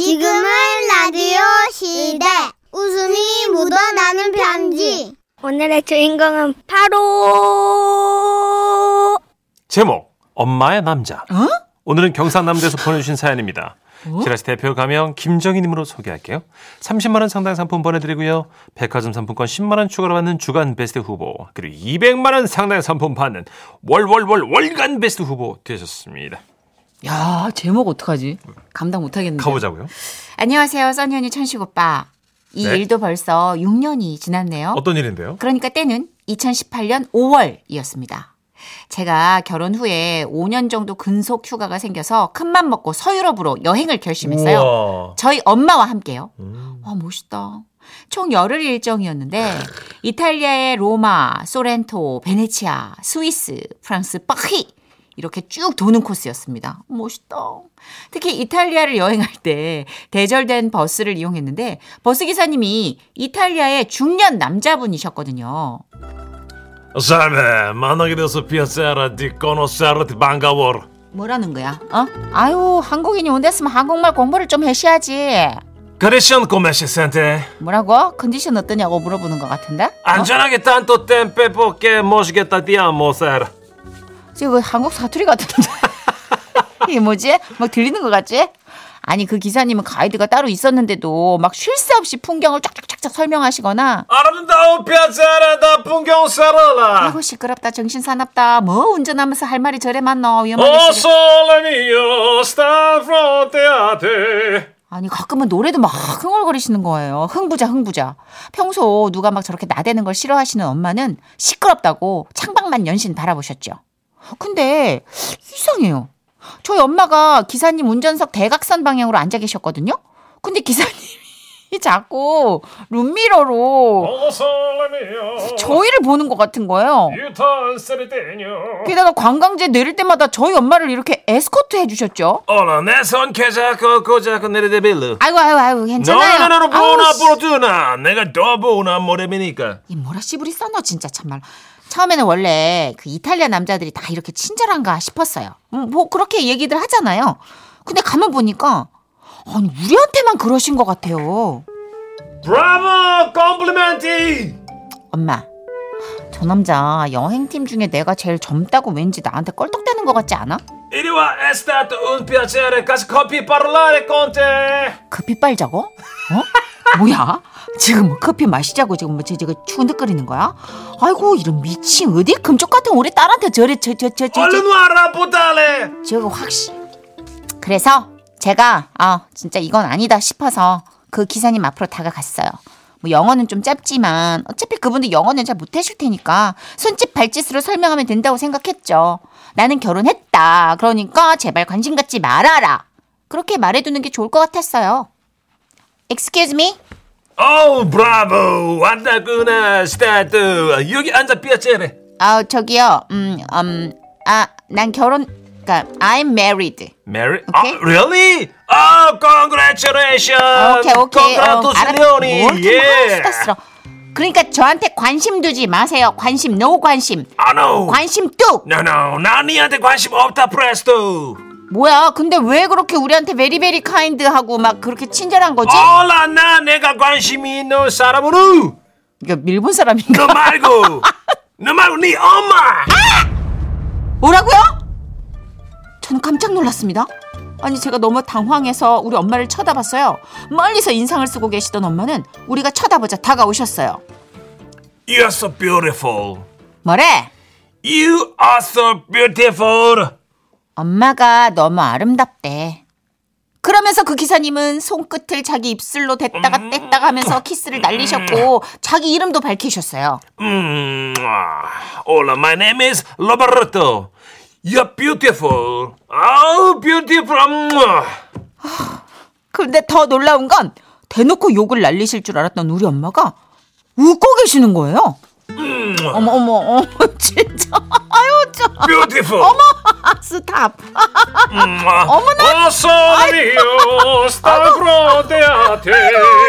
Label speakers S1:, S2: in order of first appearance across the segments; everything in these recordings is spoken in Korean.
S1: 지금은 라디오 시대. 웃음이 묻어나는 편지.
S2: 오늘의 주인공은 바로
S3: 제목 엄마의 남자.
S4: 어?
S3: 오늘은 경상남도에서 보내주신 사연입니다. 지라시 대표 가명 김정희님으로 소개할게요. 30만 원 상당 상품 보내드리고요. 백화점 상품권 10만 원 추가로 받는 주간 베스트 후보 그리고 200만 원 상당 상품 받는 월월월 월간 베스트 후보 되셨습니다.
S5: 야 제목 어떡하지? 감당 못하겠는데.
S3: 가보자고요.
S4: 어? 안녕하세요, 써니언니 천식 오빠. 이
S3: 네.
S4: 일도 벌써 6년이 지났네요.
S3: 어떤 일인데요?
S4: 그러니까 때는 2018년 5월이었습니다. 제가 결혼 후에 5년 정도 근속 휴가가 생겨서 큰맘 먹고 서유럽으로 여행을 결심했어요.
S3: 우와.
S4: 저희 엄마와 함께요.
S3: 음.
S4: 와, 멋있다. 총 열흘 일정이었는데 이탈리아의 로마, 소렌토, 베네치아, 스위스, 프랑스, 파리 이렇게 쭉 도는 코스였습니다. 멋있다. 특히 이탈리아를 여행할 때 대절된 버스를 이용했는데 버스 기사님이 이탈리아의 중년 남자분이셨거든요.
S3: 자매 만나게 돼서 피아세라 디코노세라 반가워.
S4: 뭐라는 거야? 어? 아유, 한국인이 온댔으면 한국말 공부를 좀 해셔야지.
S3: 그레시안 고메시 센테.
S4: 뭐라고? 컨디션 어떠냐고 물어보는 것 같은데?
S3: 안전하게 단토 땐 빼뽑게 모시겠다 디아모세라.
S4: 지금 한국 사투리 같은데. 이게 뭐지? 막 들리는 것 같지? 아니 그 기사님은 가이드가 따로 있었는데도 막 쉴 새 없이 풍경을 쫙쫙쫙쫙 설명하시거나
S3: 아름다운 뼈자라다 풍경 살아라
S4: 아이고 시끄럽다 정신 사납다 뭐 운전하면서 할 말이 저래 많노 위험하겠어
S3: 오솔레미오 스타프론테아테
S4: 아니 가끔은 노래도 막 흥얼거리시는 거예요 흥부자 흥부자 평소 누가 막 저렇게 나대는 걸 싫어하시는 엄마는 시끄럽다고 창밖만 연신 바라보셨죠 근데 이상해요 저희 엄마가 기사님 운전석 대각선 방향으로 앉아 계셨거든요 근데 기사님이 자꾸 룸미러로
S3: 오솔레미오
S4: 저희를 보는 것 같은 거예요
S3: 유턴 세리데뇨
S4: 게다가 관광지에 내릴 때마다 저희 엄마를 이렇게 에스코트 해주셨죠
S3: 오라 내손 캐자코 고자코 내리데빌루
S4: 아이고 아이고 아이고 괜찮아요
S3: 너나나로
S4: 아우,
S3: 보나
S4: 씨.
S3: 보로두나 내가 더 보나 모레미니까
S4: 이 뭐라 씨부리 써너 진짜 참말로. 처음에는 원래 그 이탈리아 남자들이 다 이렇게 친절한가 싶었어요. 음, 뭐 그렇게 얘기들 하잖아요. 근데 가만 보니까 아니 우리한테만 그러신 것 같아요.
S3: 브라보 콤플리멘티
S4: 엄마, 저 남자 여행팀 중에 내가 제일 젊다고 왠지 나한테 껄떡대는 것 같지 않아?
S3: 이리와 에스타트 운 피아체레 가스 커피 파르라레 콘테
S4: 커피 빨자고? 어? 뭐야? 지금 뭐 커피 마시자고 지금 뭐 저거 추근득거리는 거야? 아이고 이런 미친 어디 금쪽 같은 우리 딸한테 저래 저저저 저. 저,
S3: 얼른 와라 보달레
S4: 저거 확실. 그래서 제가 아 진짜 이건 아니다 싶어서 그 기사님 앞으로 다가갔어요. 뭐 영어는 좀 짧지만 어차피 그분도 영어는 잘 못하실 테니까 손짓 발짓으로 설명하면 된다고 생각했죠. 나는 결혼했다. 그러니까 제발 관심 갖지 말아라. 그렇게 말해두는 게 좋을 것 같았어요. Excuse me?
S3: 어우 브라보 Oh, 왔다구나 스타트 여기 앉아 삐아째래
S4: 아 저기요. 음, 음, 아, 난 결혼, 그니까 I'm married.
S3: 메리
S4: 오케이.
S3: 아 really? 아 congratulations
S4: 오케이 오케이
S3: 아,
S4: 어,
S3: congratulations
S4: 예. 그러니까 저한테 관심 두지 마세요 관심 no 관심
S3: I know
S4: 관심 뚝
S3: no no 나 니한테 관심 없다 프레스토
S4: 뭐야 근데 왜 그렇게 우리한테 베리베리 카인드하고 막 그렇게 친절한 거지
S3: 올라 나 내가 관심 있는 사람으로
S4: 이거 일본 사람인가
S3: 너 말고 너 말고 네 엄마
S4: 뭐라고요? 저는 깜짝 놀랐습니다 아니 제가 너무 당황해서 우리 엄마를 쳐다봤어요 멀리서 인상을 쓰고 계시던 엄마는 우리가 쳐다보자 다가오셨어요
S3: You are so beautiful
S4: 뭐래?
S3: You are so beautiful
S4: 엄마가 너무 아름답대. 그러면서 그 기사님은 손끝을 자기 입술로 댔다가 뗐다가 하면서 키스를 날리셨고 자기 이름도 밝히셨어요.
S3: Mm, ah. Hola, my name is Roberto. You're beautiful. Oh, beautiful. Mm.
S4: 그런데 더 놀라운 건 대놓고 욕을 날리실 줄 알았던 우리 엄마가 웃고 계시는 거예요. 어머 어머 어머 진짜 아유 저
S3: Beautiful.
S4: 스탑
S3: Mm. 어머나. 어서 오세요.
S4: 아,
S3: 예. 스타브로데아테.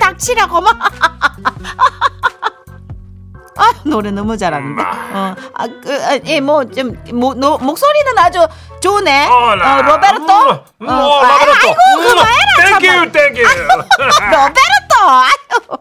S4: 닥치라 고마. 뭐. 아 노래 너무 잘한다.
S3: 음,
S4: 어, 아, 그, 아, 예, 뭐, 좀, 뭐, 노, 목소리는 아주 좋네. 어, 로베르토?
S3: 음,
S4: 어,
S3: 어,
S4: 아,
S3: 로베르토. 아.
S4: 아이고, 그거 해라.
S3: 땡큐, 땡큐.
S4: 아, 로베르토! 아유.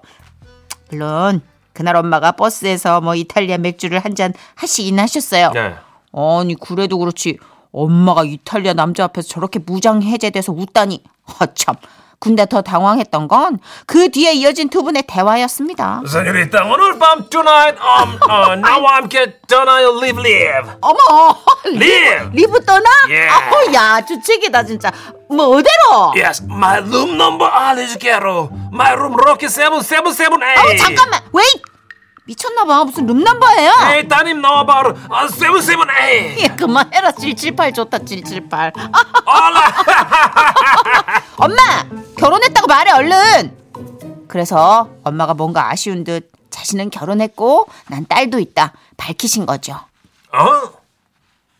S4: 물론, 그날 엄마가 버스에서 뭐 이탈리아 맥주를 한 잔 하시긴 하셨어요.
S3: 네.
S4: 아니, 그래도 그렇지. 엄마가 이탈리아 남자 앞에서 저렇게 무장 해제돼서 웃다니. 아, 참. 근데 더 당황했던 건 그 뒤에 이어진 두 분의 대화였습니다.
S3: 세뇨리타 오늘 밤 tonight um, 어, 나와 함께 떠나요 live live
S4: 어머!
S3: live
S4: 리브 떠나?
S3: 예.
S4: 아우, 야, 주책이다, 진짜. 뭐, 어디로?
S3: yes my room number 알려줄게요 my room rocky seven seven seven eight
S4: 아우, Oh, 잠깐만. 웨이! 미쳤나봐. 무슨 룸넘버예요?
S3: 에이 따님 나와봐 아, uh, seven seven eight
S4: 야, 그만해라. 778 좋다, 778. 아,
S3: 알라
S4: 엄마! 결혼했다고 말해, 얼른! 그래서 엄마가 뭔가 아쉬운 듯 자신은 결혼했고 난 딸도 있다 밝히신 거죠.
S3: 어? Uh-huh.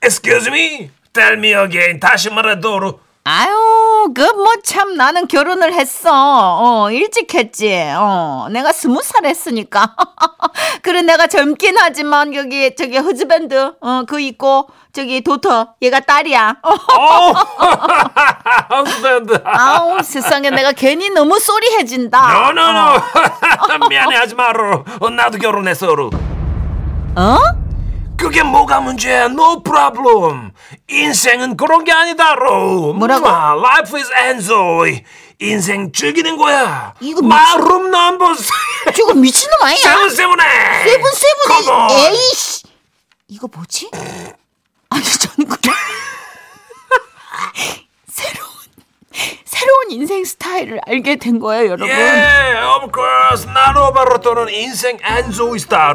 S3: excuse me tell me again 다시 말해도
S4: 아유, 그 뭐 참 나는 결혼을 했어. 어, 일찍 했지. 어, 내가 스무 살 했으니까. 그래 내가 젊긴 하지만 여기 저기 허즈밴드 어, 그 있고 저기 도터 얘가 딸이야. 어,
S3: 어 Oh. husband
S4: 아우, 세상에 내가 괜히 너무
S3: no
S4: 소리해진다.
S3: no no 미안해 하지 마로 어, 나도 결혼했어
S4: 어?
S3: 그게 뭐가 문제야? No problem. 인생은 그런 게 아니다, 로.
S4: 뭐라고?
S3: 마, life is enjoy. 인생 즐기는 거야.
S4: 이거 뭐
S3: My room number
S4: 저거 미친놈 아니야?
S3: 세븐 세븐 에.
S4: 세븐 세븐이 에이씨. 이거 뭐지? 아니 저는 그냥 새로운 새로운 인생 스타일을 알게 된 거예요, 여러분.
S3: 예, of course. 나로 바로 또는 인생 enjoy스타.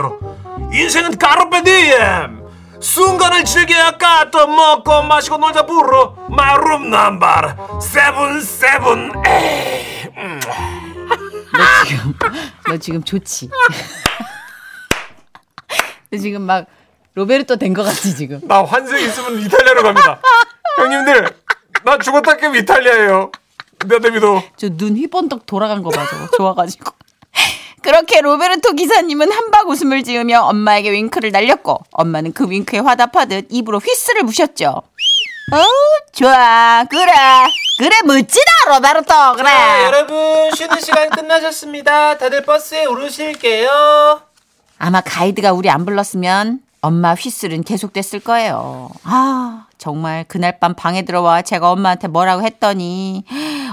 S3: 인생은 carpe diem. 순간을 즐겨야 까또 먹고 마시고 놀자 부러. My room number 세븐 세븐 에.
S5: 너 지금 좋지? 너 지금 막 로베르토 된 것 같지 지금?
S3: 나 환생 있으면 이탈리아로 갑니다. 형님들, 나 죽었다 깨면 이탈리아예요. 내 데미도.
S5: 저 눈 휘번덕 돌아간 거 봐, 저거. 좋아가지고.
S4: 그렇게 로베르토 기사님은 한박 웃음을 지으며 엄마에게 윙크를 날렸고 엄마는 그 윙크에 화답하듯 입으로 휘스를 부셨죠. 어, 좋아. 그래. 그래 멋지다, 로베르토. 그래.
S3: 네,
S2: 자, 아, 여러분 쉬는 시간 끝나셨습니다. 다들 버스에 오르실게요.
S4: 아마 가이드가 우리 안 불렀으면 엄마 휘슬은 계속됐을 거예요. 아, 정말 그날 밤 방에 들어와 제가 엄마한테 뭐라고 했더니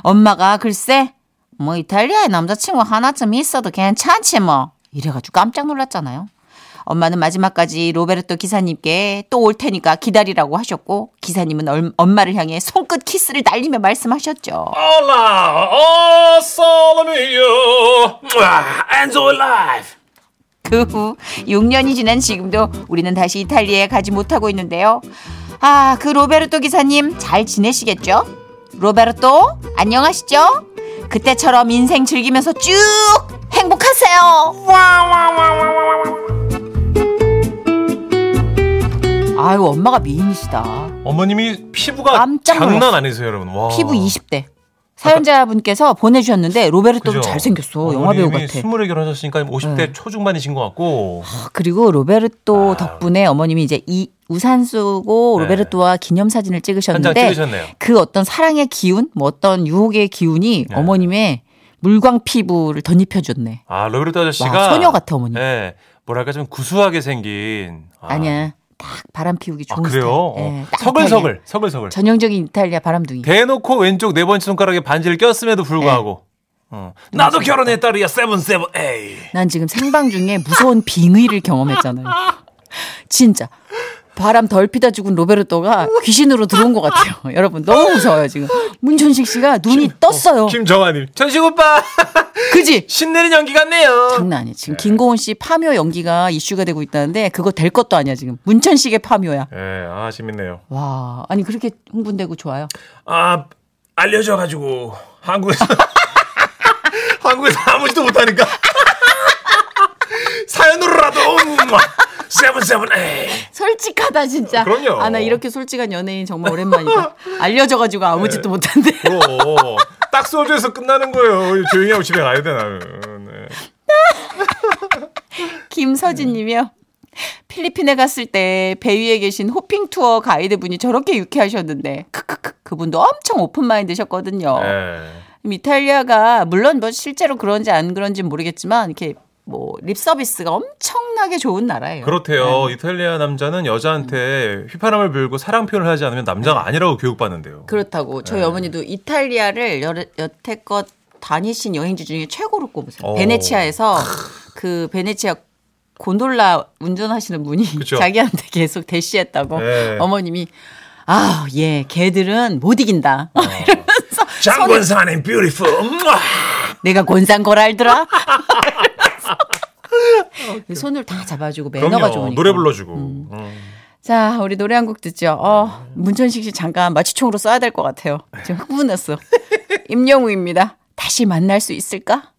S4: 엄마가 글쎄 뭐 이탈리아에 남자친구 하나쯤 있어도 괜찮지 뭐 이래가지고 깜짝 놀랐잖아요. 엄마는 마지막까지 로베르토 기사님께 또 올 테니까 기다리라고 하셨고 기사님은 얼- 엄마를 향해 손끝 키스를 날리며 말씀하셨죠.
S3: 올라, 어, 솔로미요. Enjoy life.
S4: 그 후 6년이 지난 지금도 우리는 다시 이탈리아에 가지 못하고 있는데요. 아, 그 로베르토 기사님 잘 지내시겠죠? 로베르토, 안녕하시죠? 그때처럼 인생 즐기면서 쭉 행복하세요. 아유, 엄마가 미인이시다.
S3: 어머님이 피부가
S4: 깜짝 놀랐어.
S3: 장난 아니세요, 여러분. 와.
S4: 피부 20대. 사연자분께서 보내주셨는데 로베르토도
S3: 그죠?
S4: 잘생겼어. 영화배우
S3: 어머님이
S4: 같아. 아,
S3: 스물에 결혼하셨으니까 뭐 50대 초중반이신 것 같고.
S4: 그리고 로베르토
S3: 아.
S4: 덕분에 어머님이 이제 이 우산 쓰고
S3: 네.
S4: 로베르토와 기념사진을
S3: 한 장
S4: 찍으셨는데
S3: 찍으셨네요.
S4: 그 어떤 사랑의 기운, 뭐 어떤 유혹의 기운이
S3: 네.
S4: 어머님의 물광 피부를 덧입혀줬네.
S3: 아, 로베르토 아저씨가.
S4: 와, 소녀 같아 어머니.
S3: 네, 뭐랄까 좀 구수하게 생긴. 아.
S4: 아니야, 딱 바람 피우기
S3: 아,
S4: 좋은
S3: 그래요?
S4: 스타일. 예,
S3: 어,
S4: 딱 이탈리아.
S3: 서글서글, 서글서글.
S4: 전형적인 이탈리아 바람둥이.
S3: 대놓고 왼쪽 네 번째 손가락에 반지를 꼈음에도
S4: 예.
S3: 불구하고 어. 나도 결혼해 딸이야 세븐 세븐 에이
S4: 난 지금 생방 중에 무서운 빙의를 경험했잖아요. 진짜. 바람 덜 피다 죽은 로베르토가 귀신으로 들어온 것 같아요. 여러분 너무 무서워요 지금. 문천식 씨가 눈이 떴어요.
S3: 김정아님 전식 오빠
S4: 그지?
S3: 신내린 연기 같네요
S4: 장난 아니에요. 지금 김고은 씨 파묘 연기가 이슈가 되고 있다는데 그거 될 것도 아니야 지금. 문천식의 파묘야.
S3: 예아 재밌네요
S4: 와, 아니 그렇게 흥분되고 좋아요.
S3: 아 알려져가지고 한국에서 한국에서 아무지도 못하니까 사연으로라도 막 세븐 세븐 에이
S4: 솔직하다 진짜.
S3: 그럼요.
S4: 아 나 이렇게 솔직한 연예인 정말 오랜만이다. 알려져가지고 아무
S3: 네.
S4: 짓도 못한데.
S3: 그럼 네. 딱 소주에서 끝나는 거예요 조용히 하고 집에 가야 돼 나는
S4: 김서진님이요. 필리핀에 갔을 때 배 위에 계신 호핑 투어 가이드분이 저렇게 유쾌하셨는데 크크크 그분도 엄청 오픈 마인드셨거든요.
S3: 예.
S4: 이탈리아가 물론 뭐 실제로 그런지 안 그런지 모르겠지만 이렇게 뭐 립 서비스가 엄청나게 좋은 나라예요. 음.
S3: 그렇대요. 이탈리아 남자는 여자한테 휘파람을 불고 사랑 표현을 하지 않으면
S4: 네.
S3: 남자가 아니라고 교육받는데요.
S4: 다고 저희
S3: 네.
S4: 어머니도 이탈리아를 여, 여태껏 다니신 여행지 중에 최고로 꼽으세요.
S3: 오.
S4: 베네치아에서 그 베네치아 곤돌라 운전하시는 분이
S3: 그쵸.
S4: 자기한테 계속 대시했다고
S3: 네.
S4: 어머님이 아, 예, 걔들은 못 이긴다.
S3: 어.
S4: 이러면서
S3: 장군사님 뷰티풀.
S4: 내가 곤상걸 알더라. 이러면서 손을 다 잡아주고 매너가
S3: 아, 그럼요.
S4: 좋으니까. 음.
S3: 노래 불러주고.
S4: 자, 우리 노래 한 곡 듣죠. 어, 문천식 씨 잠깐 마취총으로 써야 될 것 같아요. 지금 흥분했어. 임영웅입니다. 다시 만날 수 있을까?